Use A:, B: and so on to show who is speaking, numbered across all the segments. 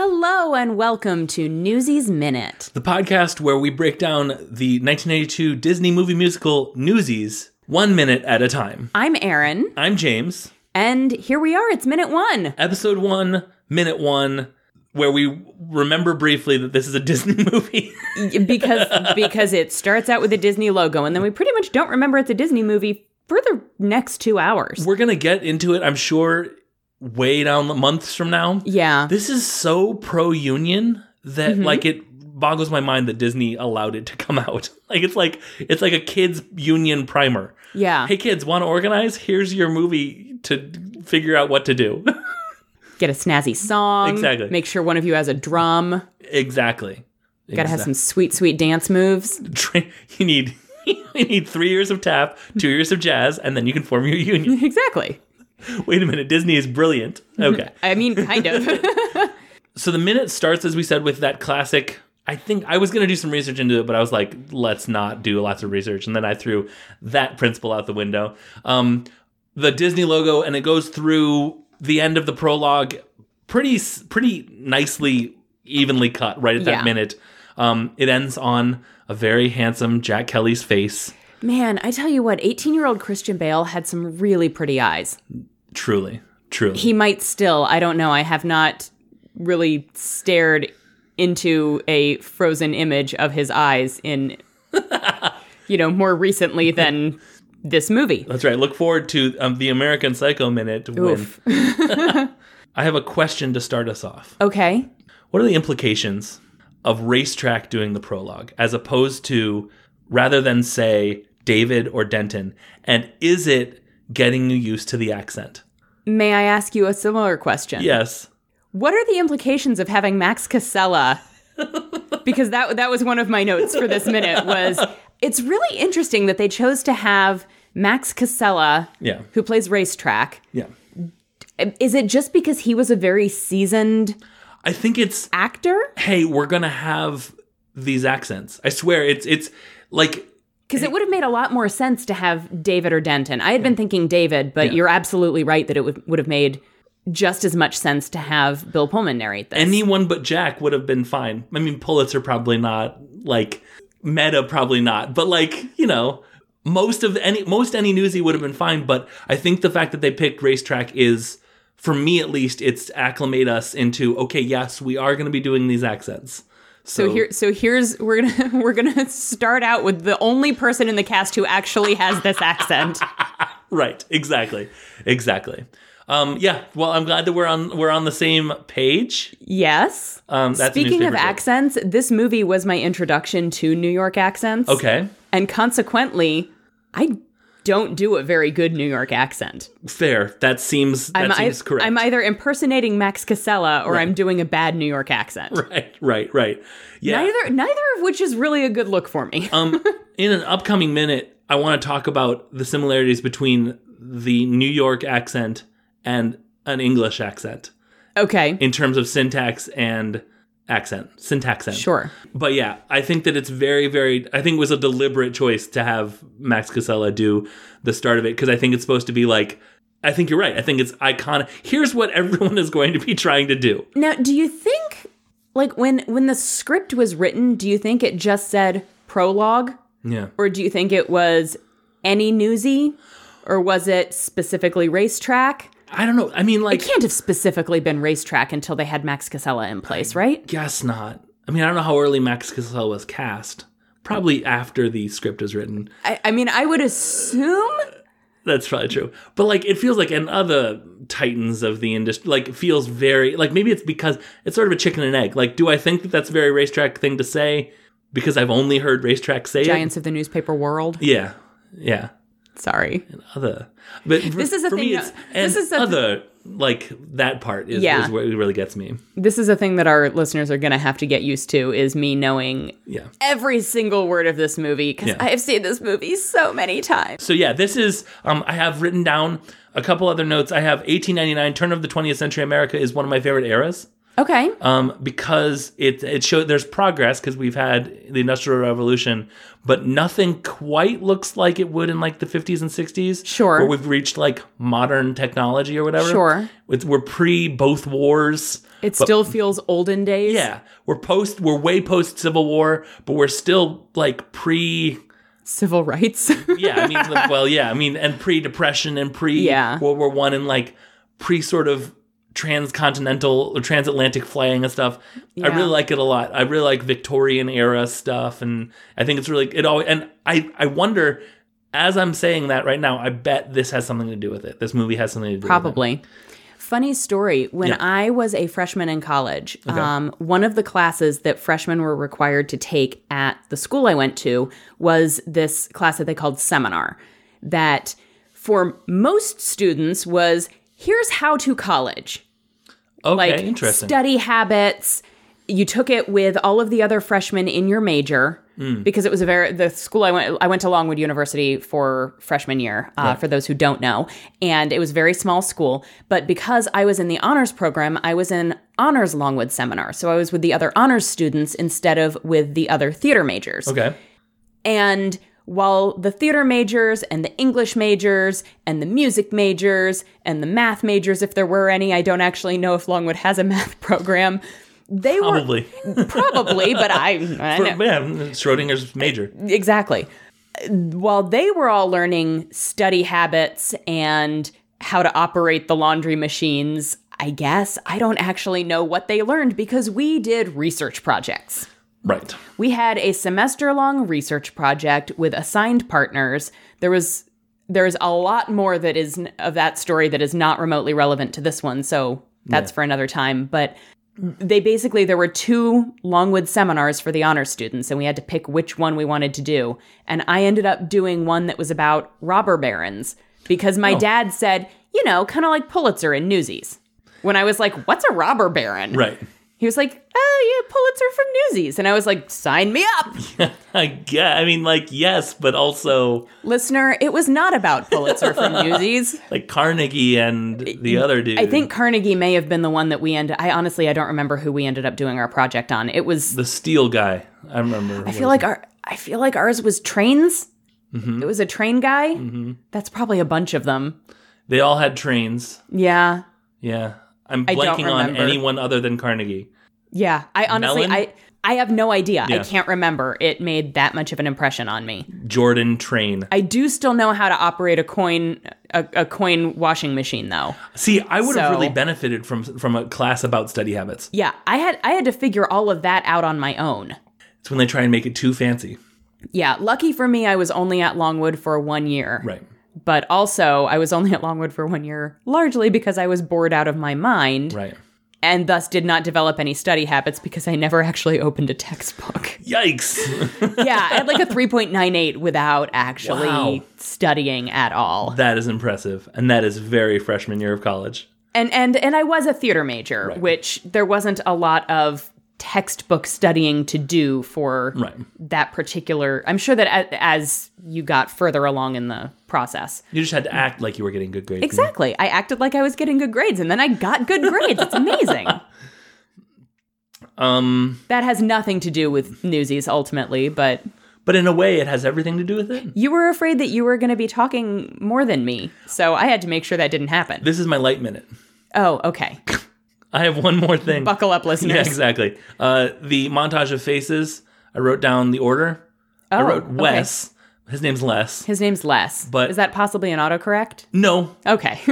A: and welcome to Newsies Minute.
B: the podcast where we break down the 1992 Disney movie musical Newsies one minute at a time.
A: I'm Erin,
B: I'm James.
A: and here we are. It's minute one.
B: Episode one, minute one, where we remember briefly that this is a Disney movie.
A: Because because it starts out with a Disney logo, and then we pretty much don't remember it's a Disney movie for the next two hours.
B: We're gonna get into it, I'm sure, way down the months from now.
A: Yeah.
B: This is so pro union that like it boggles my mind that Disney allowed it to come out. Like it's like it's like a kids union primer.
A: Yeah.
B: Hey kids, want to organize? Here's your movie to figure out what to do.
A: Get a snazzy song.
B: Exactly.
A: Make sure one of you has a drum.
B: exactly.
A: Gotta have some sweet, sweet dance moves.
B: Tra- you need you need 3 years of tap, 2 years of jazz and then you can form your union.
A: Exactly.
B: Wait a minute, Disney is brilliant. Okay.
A: I mean, kind of.
B: So the minute starts, as we said, with that classic. I think I was going to do some research into it, but I was like, let's not do lots of research. And then I threw that principle out the window. Um, the Disney logo, and it goes through the end of the prologue pretty, s- pretty nicely, evenly cut right at that
A: Yeah.
B: minute. Um, it ends on a very handsome Jack Kelly's face,
A: Man, I tell you what, 18 year old Christian Bale had some really pretty eyes.
B: truly, truly.
A: he might still i don't know i have not really stared into a frozen image of his eyes in you know more recently than this movie
B: That's right. Look forward to um, the American Psycho Minute.
A: Oof.
B: When I have a question to start us off.
A: okay
B: What are the implications of racetrack doing the prologue as opposed to rather than say David or Denton? And is it getting you used to the accent?
A: may i ask you a similar question
B: Yes.
A: what are the implications of having max casella because that that was one of my notes for this minute was it's really interesting that they chose to have max casella
B: Yeah.
A: who plays racetrack
B: Yeah.
A: is it just because he was a very seasoned
B: I think it's
A: actor
B: hey, we're gonna have these accents. I swear it's it's like
A: Because it would have made a lot more sense to have David or Denton. I had been thinking David, but
B: Yeah.
A: you're absolutely right that it would, would have made just as much sense to have Bill Pullman narrate this.
B: anyone but Jack would have been fine. I mean Pulitzer probably not, like Meta probably not, but like, you know, most of any most any newsie would have been fine, but I think the fact that they picked racetrack is for me at least, it's to acclimate us into okay, yes, we are gonna be doing these accents.
A: so here, so here's we're gonna we're gonna start out with the only person in the cast who actually has this accent.
B: Right, exactly. Exactly. Um, yeah, well, I'm glad that we're on we're on the same page.
A: Yes.
B: Um, that's
A: Speaking of
B: newspaper joke.
A: accents, this movie was my introduction to New York accents,
B: okay,
A: and consequently, I don't do a very good New York accent.
B: fair. That seems that
A: I'm, ei-
B: seems correct.
A: I'm either impersonating Max Casella or I'm doing a bad New York accent.
B: right, right, right. Yeah,
A: Neither, neither of which is really a good look for me.
B: um, in an upcoming minute, I want to talk about the similarities between the New York accent and an English accent
A: okay,
B: in terms of syntax and accent, syntax. End.
A: sure.
B: But yeah, I think that it's very, very. I think it was a deliberate choice to have Max Casella do the start of it because I think it's supposed to be like. I think you're right. I think it's iconic. Here's what everyone is going to be trying to do.
A: Now, do you think, like, when when the script was written, do you think it just said prologue,
B: Yeah.
A: or do you think it was any newsy, or was it specifically racetrack?
B: I don't know. I mean, like.
A: Can't have specifically been racetrack until they had Max Casella in place, right?
B: Guess not. I mean, I don't know how early Max Casella was cast. Probably after the script is written.
A: I, I mean, I would assume.
B: That's probably true. But like, it feels like and other titans of the industry. Like, it feels very like maybe it's because it's sort of a chicken and egg. Like, do I think that that's a very racetrack thing to say because I've only heard racetrack say
A: Giants of the newspaper world.
B: it? Yeah, yeah.
A: Sorry.
B: Other, but for,
A: This is the
B: for me,
A: thing
B: it's
A: that-
B: and
A: this is the-
B: other. Like that part is,
A: Yeah.
B: is what really gets me.
A: This is a thing that our listeners are going to have to get used to is me knowing
B: Yeah.
A: every single word of this movie because
B: Yeah.
A: I have seen this movie so many times.
B: So yeah, this is um, I have written down a couple other notes. I have 1899, turn of the 20th century America is one of my favorite eras
A: Okay.
B: um, because it it showed there's progress because we've had the Industrial Revolution, but nothing quite looks like it would in like the 50s and 60s.
A: Sure.
B: where we've reached like modern technology or whatever.
A: Sure.
B: it's, we're pre both wars.
A: It still feels olden days.
B: Yeah, we're post, we're way post Civil War, but we're still like pre.
A: Civil rights.
B: Yeah, I mean, like, well, yeah, I mean, and pre Depression and pre
A: Yeah.
B: World War One and like pre sort of transcontinental or transatlantic flying and stuff. I
A: Yeah.
B: really like it a lot. I really like Victorian era stuff, and I think it's really it always. And I I wonder. As I'm saying that right now, I bet this has something to do with it. This movie has something to do with it.
A: Probably. Funny story. When
B: Yeah.
A: I was a freshman in college, um, one of the classes that freshmen were required to take at the school I went to was this class that they called seminar. That for most students was here's how to college,
B: Okay,
A: like
B: interesting.
A: study habits. You took it with all of the other freshmen in your major
B: Hmm.
A: because it was a very the school I went I went to Longwood University for freshman year. Uh, For those who don't know, and it was a very small school. But because I was in the honors program, I was in honors Longwood seminar, so I was with the other honors students instead of with the other theater majors.
B: okay.
A: And while the theater majors and the English majors and the music majors and the math majors, if there were any, I don't actually know if Longwood has a math program. They
B: Probably.
A: were probably, but I, I know.
B: Yeah, Schrodinger's major.
A: exactly. While they were all learning study habits and how to operate the laundry machines, I guess I don't actually know what they learned because we did research projects.
B: Right.
A: We had a semester long research project with assigned partners. There was there's a lot more that is of that story that is not remotely relevant to this one, so that's for another time, but they basically there were two Longwood seminars for the honor students and we had to pick which one we wanted to do, and I ended up doing one that was about robber barons because my dad said, you know, kind of like Pulitzer in Newsies. When I was like, what's a robber baron?
B: Right.
A: He was like, "Oh yeah, Pulitzer from Newsies," and I was like, "Sign me up,
B: I guess, I mean, like, yes, but also
A: listener." It was not about Pulitzer from Newsies.
B: like Carnegie and the other dude.
A: I think Carnegie may have been the one that we ended. I honestly, I don't remember who we ended up doing our project on. It was.
B: the steel guy. I remember.
A: I feel like our. I feel like ours was trains.
B: Mm-hmm.
A: It was a train guy. That's probably a bunch of them.
B: they all had trains.
A: Yeah,
B: Yeah. I'm
A: I don't
B: blanking on
A: remember.
B: anyone other than Carnegie.
A: yeah. I honestly,
B: Mellon?
A: I. I have no idea. I
B: Yeah.
A: can't remember. It made that much of an impression on me.
B: Jordan Train.
A: I do still know how to operate a coin, a, a coin washing machine, though.
B: See, I would have
A: So-
B: really benefited from from a class about study habits.
A: Yeah, I had I had to figure all of that out on my own.
B: It's when they try and make it too fancy.
A: Yeah, lucky for me I was only at Longwood for 1 year.
B: Right.
A: But also, I was only at Longwood for 1 year largely because I was bored out of my mind
B: Right.
A: and thus did not develop any study habits because I never actually opened a textbook.
B: Yikes.
A: yeah, I had like a 3.98 without actually
B: Wow.
A: studying at all.
B: that is impressive. And that is very freshman year of college.
A: and and and I was a theater major, which there wasn't a lot of textbook studying to do for
B: Right.
A: that particular. I'm sure that a- as you got further along in the process,
B: You just had to act like you were getting good grades.
A: exactly, I acted like I was getting good grades, and then I got good grades. It's amazing.
B: Um,
A: that has nothing to do with Newsies ultimately, but
B: but in a way, it has everything to do with it.
A: you were afraid that you were going to be talking more than me, so I had to make sure that didn't happen.
B: This is my light minute.
A: oh, okay.
B: I have one more thing.
A: Buckle up, listeners.
B: yeah, exactly. Uh, the montage of faces. I wrote down the order. I
A: Oh,
B: wrote
A: okay.
B: Wes. His name's Les.
A: His name's Les.
B: But-
A: is that possibly an autocorrect?
B: No.
A: Okay.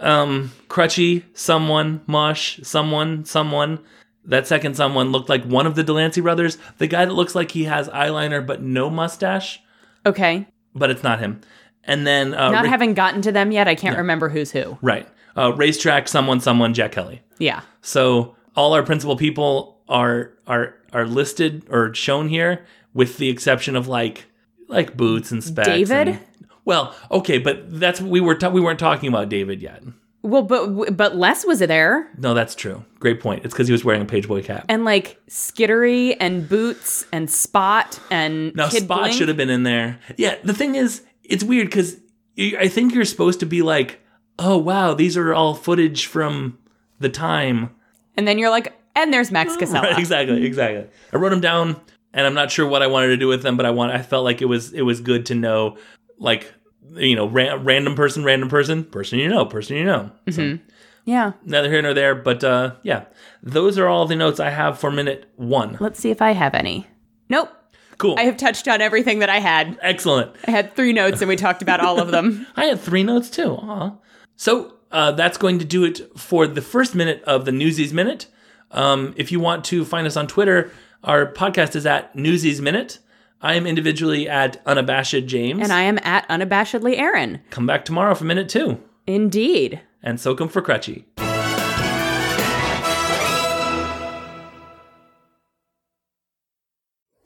B: Um, Crutchy, someone, Mush, someone, someone. That second someone looked like one of the Delancey brothers. The guy that looks like he has eyeliner but no mustache,
A: okay.
B: but it's not him. And then uh,
A: Not
B: Ra-
A: having gotten to them yet, I can't remember who's who.
B: right, uh, racetrack, someone, someone, Jack Kelly.
A: Yeah.
B: So all our principal people are are are listed or shown here, with the exception of like like boots and specs.
A: David?
B: and- well, okay, but that's we were ta- we weren't talking about David yet.
A: Well, but but Les was there,
B: No, that's true. Great point. It's because he was wearing a pageboy cap.
A: and like Skittery and Boots and Spot and
B: now
A: Kid
B: Spot
A: Blink.
B: should have been in there. Yeah, the thing is, it's weird because I think you're supposed to be like, oh wow, these are all footage from the time.
A: And then you're like, and there's Max Casella.
B: Oh, Right, exactly, exactly. I wrote them down, and I'm not sure what I wanted to do with them, but I want. I felt like it was it was good to know, like you know, ra- random person, random person, person you know, person you know. So,
A: Yeah.
B: neither here nor there. But uh, yeah, those are all the notes I have for minute one.
A: Let's see if I have any. Nope.
B: Cool.
A: I have touched on everything that I had.
B: Excellent.
A: I had three notes and we talked about all of them.
B: I had three notes too. Aw. So uh, that's going to do it for the first minute of the Newsies Minute. Um, if you want to find us on Twitter, our podcast is at Newsies Minute. I am individually at Unabashed James.
A: And I am at unabashedly Aaron.
B: come back tomorrow for minute two
A: Indeed.
B: and soak 'em for crutchy.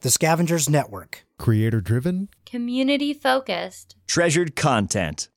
C: The Scavengers Network.
D: Creator driven?
E: Community focused.
F: Treasured content.